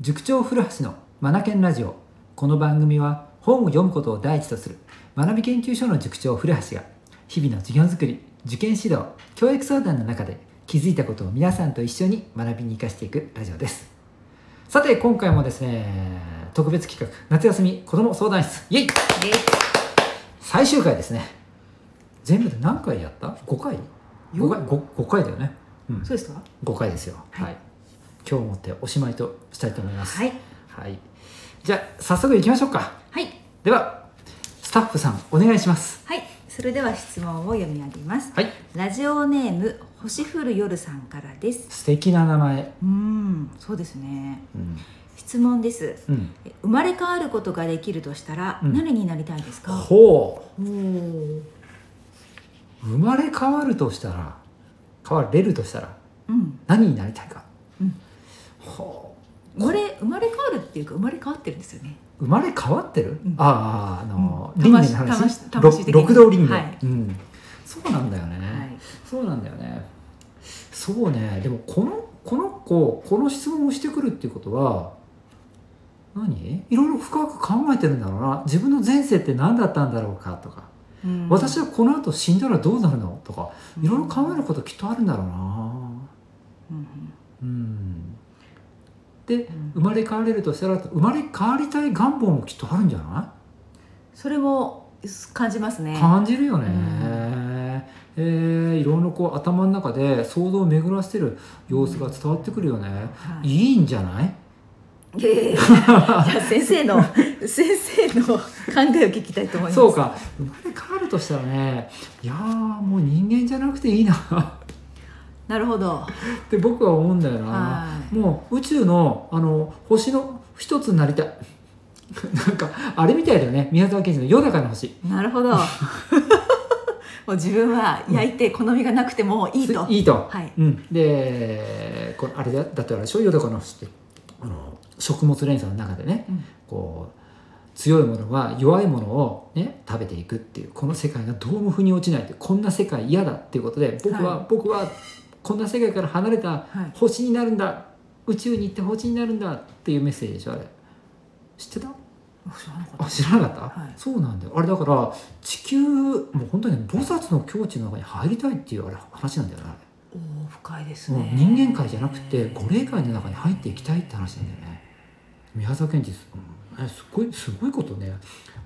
塾長古橋のマナケンラジオこの番組は本を読むことを第一とする学び研究所の塾長古橋が日々の授業づくり受験指導教育相談の中で気づいたことを皆さんと一緒に学びに生かしていくラジオですさて今回もですね特別企画夏休み子ども相談室イエイ最終回ですね全部で何回やった ?5 回5回 5, 回だよね、うん、そうですか5回ですよはい、今日をもっておしまいとしたいと思いますはいはい、じゃあ早速行きましょうかはいではスタッフさんお願いしますはいそれでは質問を読み上げます、はいラジオネーム星降る夜さんからです素敵な名前うーんそうですねうん、質問ですえ生まれ変わることができるとしたら、うん何になりたいですかほおーう生まれ変わるとしたら変われるとしたらうん何になりたいか、うんほ生まれ生まれ変わるっていうか生まれ変わってるんですよねう生まれ変わってる、うんあああの、うん輪廻の魂話魂魂的にろ六道輪廻、はいうん、そうなんだよね、はいそうなんだよねそうねでもこのこの子この質問をしてくるっていうことは何いろいろ深く考えてるんだろうな自分の前世って何だったんだろうかとか、うん私はこの後死んだらどうなるのとかうんいろいろ考えることきっとあるんだろうなうんうんでうん生まれ変われるとしたら生まれ変わりたい願望もきっとあるんじゃなそれも感じますい、ね感じるよね、うんえーいろんなこう頭の中で想像を巡らせてる様子が伝わってくるよね、はいいいんじゃないいやいやいやいや先生 の先生の考えを聞きたいと思いますそうか生まれ変わるとしたらねいやーもう人間じゃなくていいなっなるほどて僕は思うんだよなはもう宇宙のあの星の一つになりたい なんかあれみたいだよね宮沢賢治の「夜中の星」いなる ほどもう自分は焼いて好みがなくてもいいと、すいいと、はいうん、でこのあれだだってあれでしょ夜中の星ってあの食物連鎖の中でねうんこう強いものは弱いものを、ね、食べていくっていうこの世界がどうも腑に落ちないってこんな世界嫌だっていうことで僕は、は僕はこんな世界から離れたはい、星になるんだ宇宙に行って星になるんだっていうメッセージでしょあれ知ってた知らなかったあ知らなかった、はいそうなんだよあれだから地球もう本当に菩薩の境地の中に入りたいっていうあれ話なんだよねあれおー深いですうんね、人間界じゃなくて五霊界の中に入っていきたいって話なんだよね宮沢賢治す,、うんねすごいすごいことね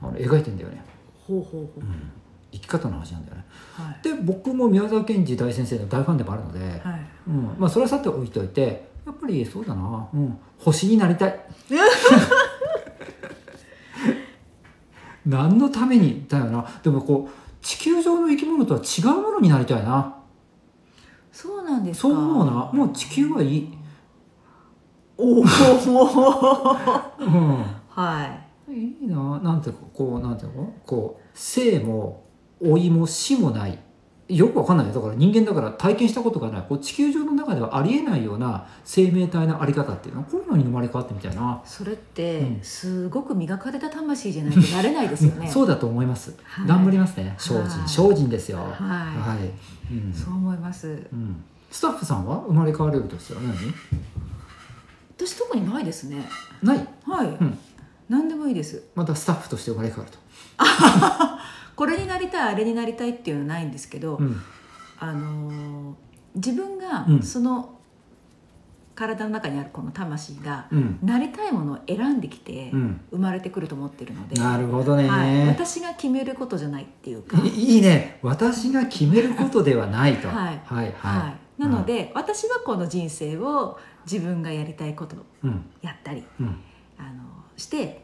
あの描いてんだよね、ほうほうほうん生き方の話なんだよねうはいで僕も宮沢賢治大先生の大ファンでもあるので、はいうん、まあそれはさて置いといてやっぱりそうだな、うん、星になりた い何のためにだよなでもこう地球上の生き物とは違うものになりたいなそうなんですそかう思うなもう地球はいいお おうんはいいいななんていうかこうなんていうのこう生も老いも死もないよくわかんないよだから人間だから体験したことがないこう地球上の中ではありえないような生命体のあり方っていうのこういうのに生まれ変わってみたいな、それって、うんすごく磨かれた魂じゃないとなれないですよね そうだと思います、はい頑張りますね精は進い精進ですよはい、はい、うんそう思いますうん、スタッフさんは生まれ変われるとしたら私特にないですね何ないはい、ん何でもいいですまたスタッフとして生まれ変わると、これになりたいあれになりたいっていうのはないんですけど、うんあのー自分がうんその体の中にあるこの魂がうんなりたいものを選んできてうん、生まれてくると思ってるので、なるほどね、はい、私が決めることじゃないっ ていうか、はいいいいね私が決めることではないとはいはいはい、なので、私はこの人生を自分がやりたいことをうんやったりうんあのして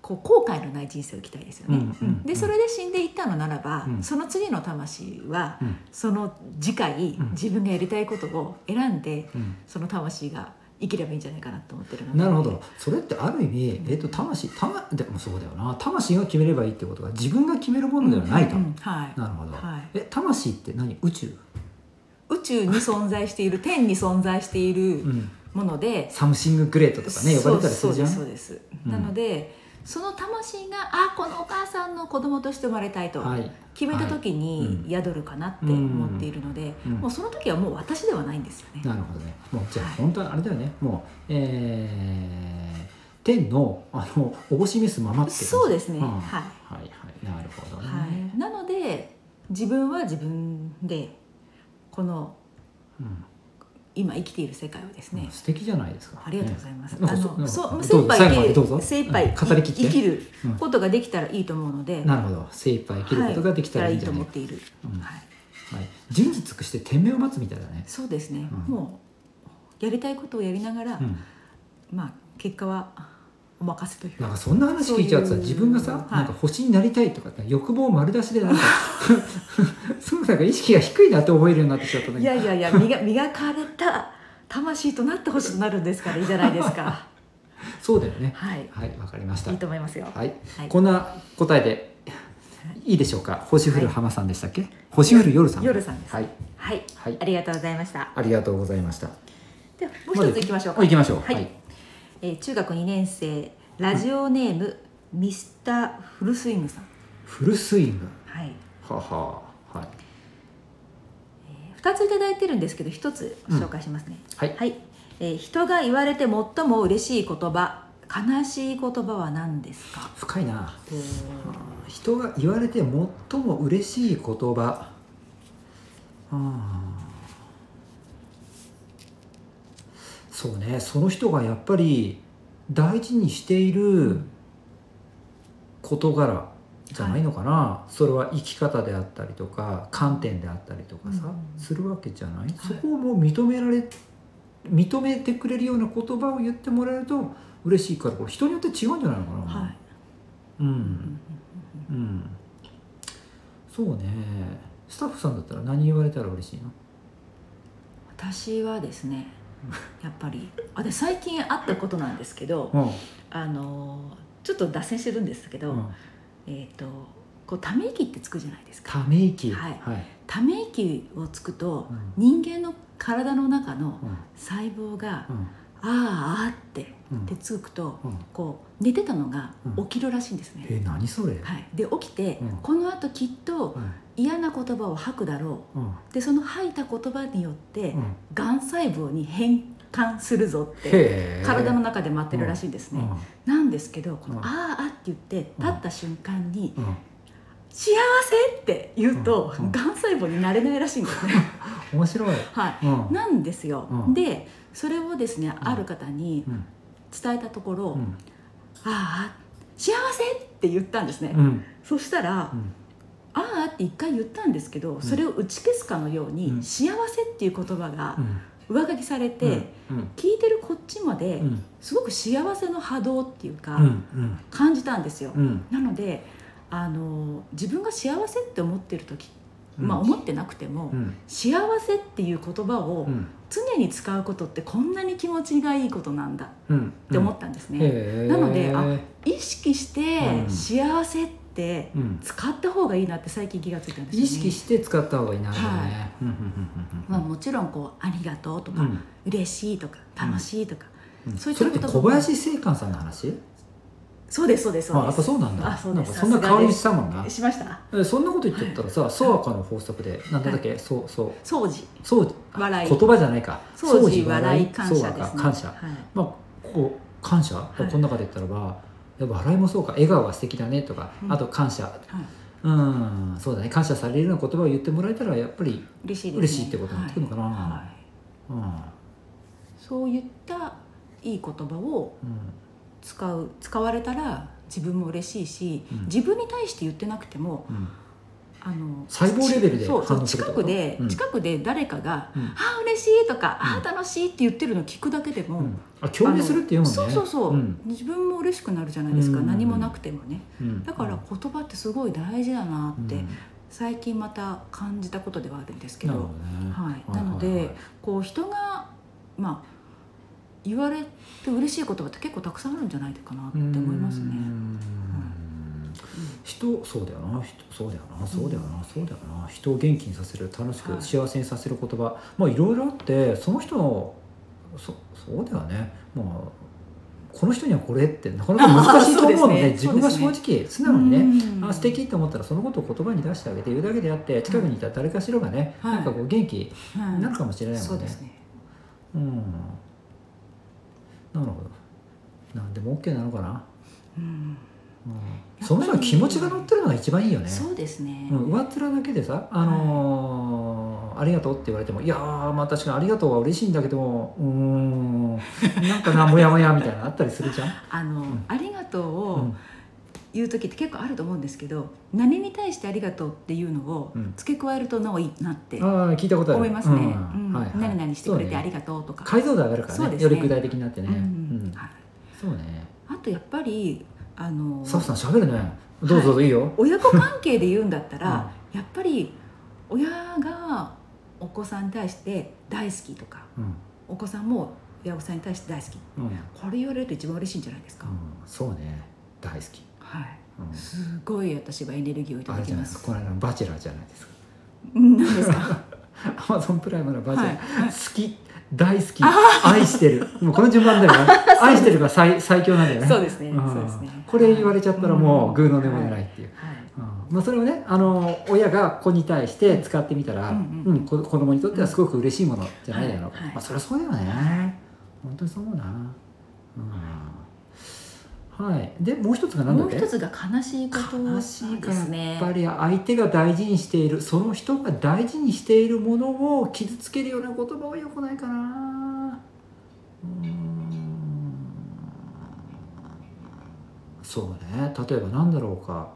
こう後悔のない人生を生きたいですよね。うんうんでそれで死んでいったのならば、うんその次の魂はうんその次回、うん自分がやりたいことを選んでうんその魂が生きればいいんじゃないかなと思ってるのでなるほどそれってある意味、うんえっと魂たまでもそうだよな魂が決めればいいってことが自分が決めるものではないと、うんうんはい、なるほど、はいえ魂って何宇宙、宇宙に存在して いる天に存在しているうんもので、サムシンググレートとかね呼ばれたりするじゃんそうですそうです、うんなのでその魂があこのお母さんの子供として生まれたいとはい、決めた時にはい宿るかなって思っているので、うんもうその時はもう私ではないんですよね。なるほどねもうじゃあはい本当はあれだよねもうえー、天のあのおぼし召すままって感じそうですね、んははいいはいなるほどね、はい、なので自分は自分でこのうん今生きている世界をですね、素敵じゃないですかありがとうございます。ねなあんかの、そそうう、ん精一杯生きどうぞる、精一杯うん語りきって生きるうんことができたらいいと思うので、なるほど精一杯生きることができたらいいんじゃとない思っか、ている。うんはい、はい、順次尽くして天命を待つみたいだね、そうですね。うんもうやりたいことをやりながらう、ん、まあ結果はお任せといなんう。かそんな話聞いちゃうとさそういう自分がさ、はいなんか星になりたいとかって欲望丸出しでなんか そうなんか意識が低いなって思えるようになってきちゃったねいやいやいや、磨磨かれた魂となってほしくなるんですからいいじゃないで すか。そうだよねはい、はいわかりましたいいと思いますよ。はい、はいこんな答えでいいでしょうか星降る浜さんでしたっけ、星降る夜さん夜さんですはい、はい、はいあ、りがとうございました。ありがとうございましたではもう一つ行きましょうか。あ行きましょうはいはい、えー中学2年生ラジオネーム、ミスターフルスイングさん、フルスイングはいはははい2ついただいてるんですけど1つ紹介しますね、はいはい、えー人が言われて最も嬉しい言葉悲しい言葉は何ですか深いな人が言われて最も嬉しい言葉うんそうねその人がやっぱり大事にしている事柄じゃないのかな、それは生き方であったりとか観点であったりとかさ、うんするわけじゃない、そこをもう認められ認めてくれるような言葉を言ってもらえると嬉しいからこれ人によって違うんじゃないのかな、はい、ううんんうんそうねスタッフさんだったら何言われたら嬉しいの私はですねやっぱりあで最近あったことなんですけどうんあのーちょっと脱線してるんですけど、うんえっ、とこうため息ってつくじゃないですたかめ息はいはいため息をつくとうん人間の体の中のうん細胞がうん「あーあ」ってうん手つくとうんこう寝てたのがうん起きるらしいんですね。え何それはい、で起きて、うんこのあときっとうん嫌な言葉を吐くだろうんうでその吐いた言葉によってうんがん細胞に変換するぞってへえ体の中で待ってるらしいんですね。なんですけどこのう「んあーあ」って言ってうん立った瞬間にうんうん「幸せ!」って言うとうんうんがん細胞になれないらしいんですね。 面白いはいうんなんですよ、うんでそれをですね、んある方にうん伝えたところ「うんああ幸せ!」って言ったんですね、うんそしたら「うんああ」って一回言ったんですけど、それを打ち消すかのように「うん幸せ」っていう言葉がうん上書きされて、うん聞いてるこっちまで、うんすごく幸せの波動っていうか、うん感じたんですよ、うんなのであの自分が幸せって思ってる時、うんまあ思ってなくても、うん幸せっていう言葉を、うん常に使うことってこんなに気持ちがいいことなんだっうんて思ったんですね、へえなのであ意識してうん幸せってうん使った方がいいなって最近気がついたんですよね意識して使った方がいいなるほどはねうんうんうんうんまあ、もちろんこう「ありがとう」とかう「ん嬉しい」とか「楽しい」とか、そそういっれたっこてと小林正観さんの話そうですそうですあやそうでっぱすそうなんだあそうなんでかすそんなさすが香りでしたもんなしましたえそんなこと言っちゃったらさ「ソワカの法則で」なんだっけ、そうそう掃除そう笑い言葉じゃないか掃除笑い感謝そうですかね感謝はい、まあこう感謝、いこの中で言ったらばやっぱ笑いもそうか笑顔が素敵だねとか、うんあと感謝はい、うんそうだね感謝されるような言葉を言ってもらえたらやっぱり、嬉しいです、ね、嬉しいってことになってくるのかなはいはいうんそういったいい言葉をうん、使う使われたら自分も嬉しいし、うん自分に対して言ってなくてもうんあの細胞レベルでそう反応するって近ことくで、うん近くで誰かが「うんああ嬉しい」とか「うんああ楽しい」って言ってるの聞くだけでも、うんあ共鳴するっていうもんねそうそうそう、ん自分も嬉しくなるじゃないですか、うん何もなくてもねうんだから言葉ってすごい大事だなって、うん最近また感じたことではあるんですけなどるほどねはい、なので、はいはいはいこう人がまあ言われて嬉しい言葉って結構たくさんあるんじゃないかなって思いますねう。ん人そうだよな人そうだよなそうだよな、そうだよな人を元気にさせる楽しく、はい幸せにさせる言葉まあいろいろあってその人のそそうだよねまあこの人にはこれってなかなか難しいと思うので 自そうですね分が正直素直にねうんあ素敵と思ったらそのことを言葉に出してあげて言うだけであって近くにいた誰かしらがね、はいなんかこう元気はいになるかもしれないもそんうね。ですねうん、なるほどなんでも OK なのかな、うんうん、そもそも気持ちが乗ってるのが一番いいよねそうですね、うん、上っ面だけでさ、あのーありがとう」って言われても「いやーまあ確かにありがとうは嬉しいんだけどもうーんなんかなモヤモヤ」みたいなのあったりするじゃん。あの、んありがとううをん言う時って結構あると思うんですけど何に対してありがとうっていうのをうん付け加えるとのいいなってああ聞いたことある思いますね、うんうんはいはい何々してくれてあそうねりがとうとか解像度上がるからそうねですよねり具体的になってね、うんううんんはいそうねあとやっぱりあのサフさん喋るねどうぞどうぞいいよ、親子関係で言うんだったら、やっぱり親がお子さんに対して大好きとかうんお子さんも親御さんに対して大好きうんうんこれ言われると一番嬉しいんじゃないですか、そうね大好き、はいうんすごい私はエネルギーをいたあだれきじゃなまいですすかこの間のバチェラーじゃないですかうん何ですかアマゾンプライムのバチェラー、はい好き大好き愛してるもうこの順番だ よね愛してるが最最強なんだよねそうですね、うんそうですねこれ言われちゃったらもうグーの音も出出ないいっていう、はいうんまあ、それをねあの親が子に対して使ってみたら、ううんんうんこ子供にとってはすごく嬉しいものじゃないだろうか、はいはいまあ、そりゃそうだよね本当にそう思うな、うんはい、でもう一つが何だもっうけ一つが悲しいこと悲しいからですやねっぱり相手が大事にしているその人が大事にしているものを傷つけるような言葉はよくないかなうーんそうね例えば何だろうか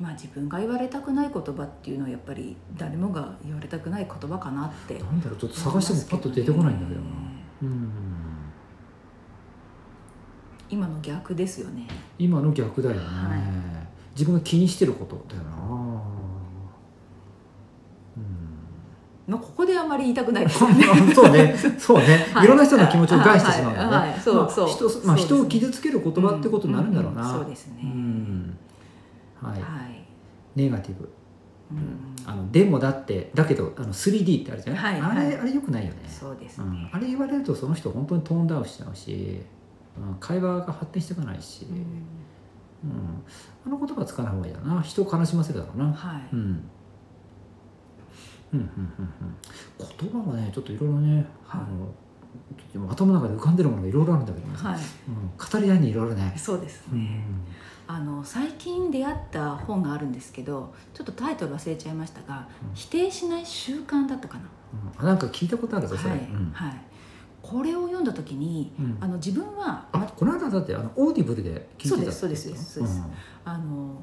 まあ自分が言われたくない言葉っていうのはやっぱり誰もが言われたくない言葉かなって思い何だろうちょっと探ましてすもパッと出てこないんだけどなうん今の逆ですよね今の逆だよね、はい自分が気にしてることだよなうんまあここであまり言いたくないですよね あそうね、そうね、はいいろんな人の気持ちを害してしまうのはいはいねはい。そうまあそう人まあそうですね人を傷つける言葉ってことになるんだろうな。そうですね、うんはい、はい、ネガティブ。ううんん、あのでもだってだけどあの 3D ってあるじゃない。はいあはれいあれ良くないよね。そうですうん、ね、あれ言われるとその人本当にトーンダウンしちゃうし、うん、会話が発展していかないし、ううんんあの言葉はつかない方がいいだな。人を悲しませるだろうな。はい、うんうんうんうんうん、言葉がねちょっといろいろね、はいあのちょっと今頭の中で浮かんでるものがいろいろあるんだけどね、はい、うん、語り合いにいろいろね、そうですうね、ん、あの最近出会った本があるんですけどちょっとタイトル忘れちゃいましたがう「ん否定しない習慣」だったかな、うん、なんか聞いたことあるぞそれ、はい、うんはい、これを読んだ時にうんあの自分はあこの間だってあのオーディブルで聞いてたってことそうですそうですそうですんあの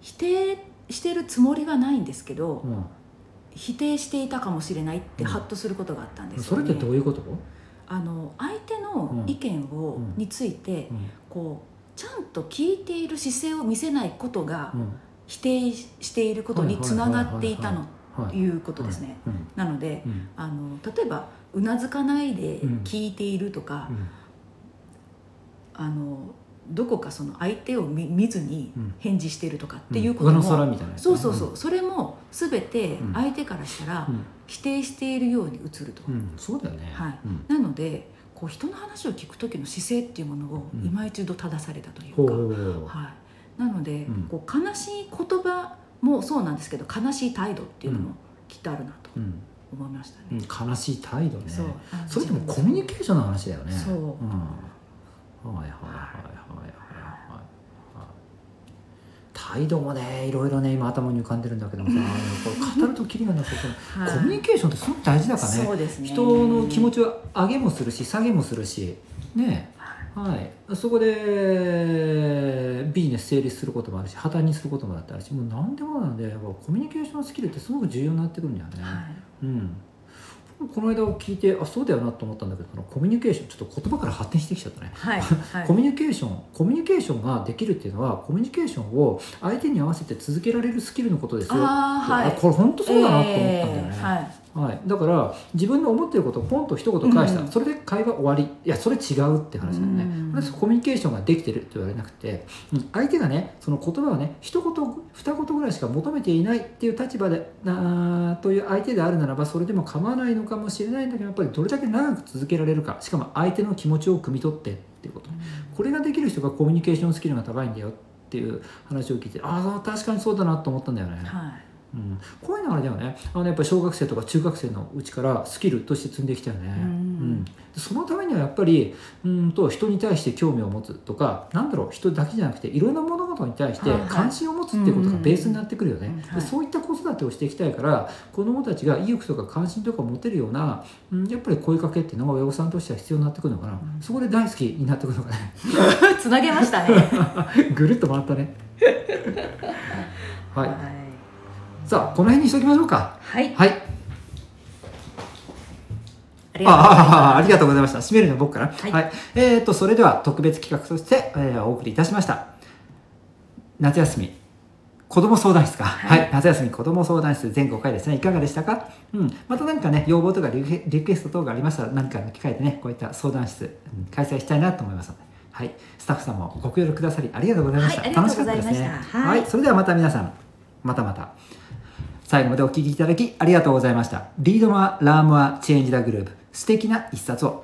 否定してるつもりはないんですけど、うん否定していたかもしれないってうんハッとすることがあったんですそよ、れねってどういうこと、あの相手の意見を、うんについてうんこうちゃんと聞いている姿勢を見せないことがうん否定していることにつながっていたのはといいうことですね。うんなのでうんあの例えばうなずかないでうん聞いているとか、うんあのどこかその相手を見見ずにうん返事しているとかっていうこと上も、の皿みたいなやつそうそうそう、それも全てうん相手からしたらうん否定しているように映ると、うんうんそうだよね、はいうんなのでこう人の話を聞く時の姿勢っていうものをうん今一度正されたといほううか、ほうほうはい、なので、うんこう悲しい言葉もそうなんですけど悲しい態度っていうのうもんきっとあるなとうん思いましたね。うん悲しい態度ねそうあのそれでもコミュニケーションの話だよね。。そうんはいはいはいはいはいはい。態度もね、いろいろね、今頭に浮かんでるんだけども さ、これ語るとキリがなさそう。はいコミュニケーションってすごく大事だからね。そうですね人の気持ちを上げもするし、下げもするし。ね。はい、そこでビジネス成立することもあるし破綻にすることもだってあるしもう何でもなんでやっぱコミュニケーションスキルってすごく重要になってくるんだよね。はいうん、この間聞いてあそうだよなと思ったんだけどそのコミュニケーションちょっと言葉から発展してきちゃったね、はいはいコミュニケーションコミュニケーションができるっていうのはコミュニケーションを相手に合わせて続けられるスキルのことですよあーはいあこれ本当そうだなと思ったんだよね、えーはいはいだから自分の思ってることをポンと一言返した、うんそれで会話終わりいやそれ違うって話だよね、うんこれコミュニケーションができてるって言われなくて、うん相手がねその言葉をね一言二言ぐらいしか求めていないっていう立場でなという相手であるならばそれでも構わないのかもしれないんだけどやっぱりどれだけ長く続けられるかしかも相手の気持ちを汲み取ってってっていうことうんこれができる人がコミュニケーションスキルが高いんだよっていう話を聞いてああ確かにそうだなと思ったんだよね、はいうん、こういうのはあれだよねあのやっぱり小学生とか中学生のうちからスキルとして積んできたよね、うんでそのためにはやっぱりうんと人に対して興味を持つとかなんだろう人だけじゃなくていろんな物事に対してはいはい関心を持つっていうことがベースになってくるよね、うんうんうんはでいそういった子育てをしていきたいから子どもたちが意欲とか関心とかを持てるような、うん、やっぱり声かけっていうのが親御さんとしては必要になってくるのかな、うんそこで大好きになってくるのかね つなげましたね。ぐるっと回ったねはいはさあこの辺にしときましょうかい。はいありあがああありがとうございました。締めるのは僕から。は。はいいえー、と、それでは特別企画として、えーお送りいたしました。夏休み。子供相談室か、は。はいい夏休み子供相談室全5回ですね。いかががでしたかうん。また何かね、要望とかリクエリクエスト等がありましたら、何かの機会でね、こういった相談室、うん開催したいなと思いますので。はい。スタッフさんもご協力くださりありがとうございました。はいありが楽としうかごったざいでましたすね。はいそれではまた皆さん、またまた。最後までお聞きいただきありがとうございました。リードマア・ラームア・チェンジ・ダ・グループ、素敵な一冊を。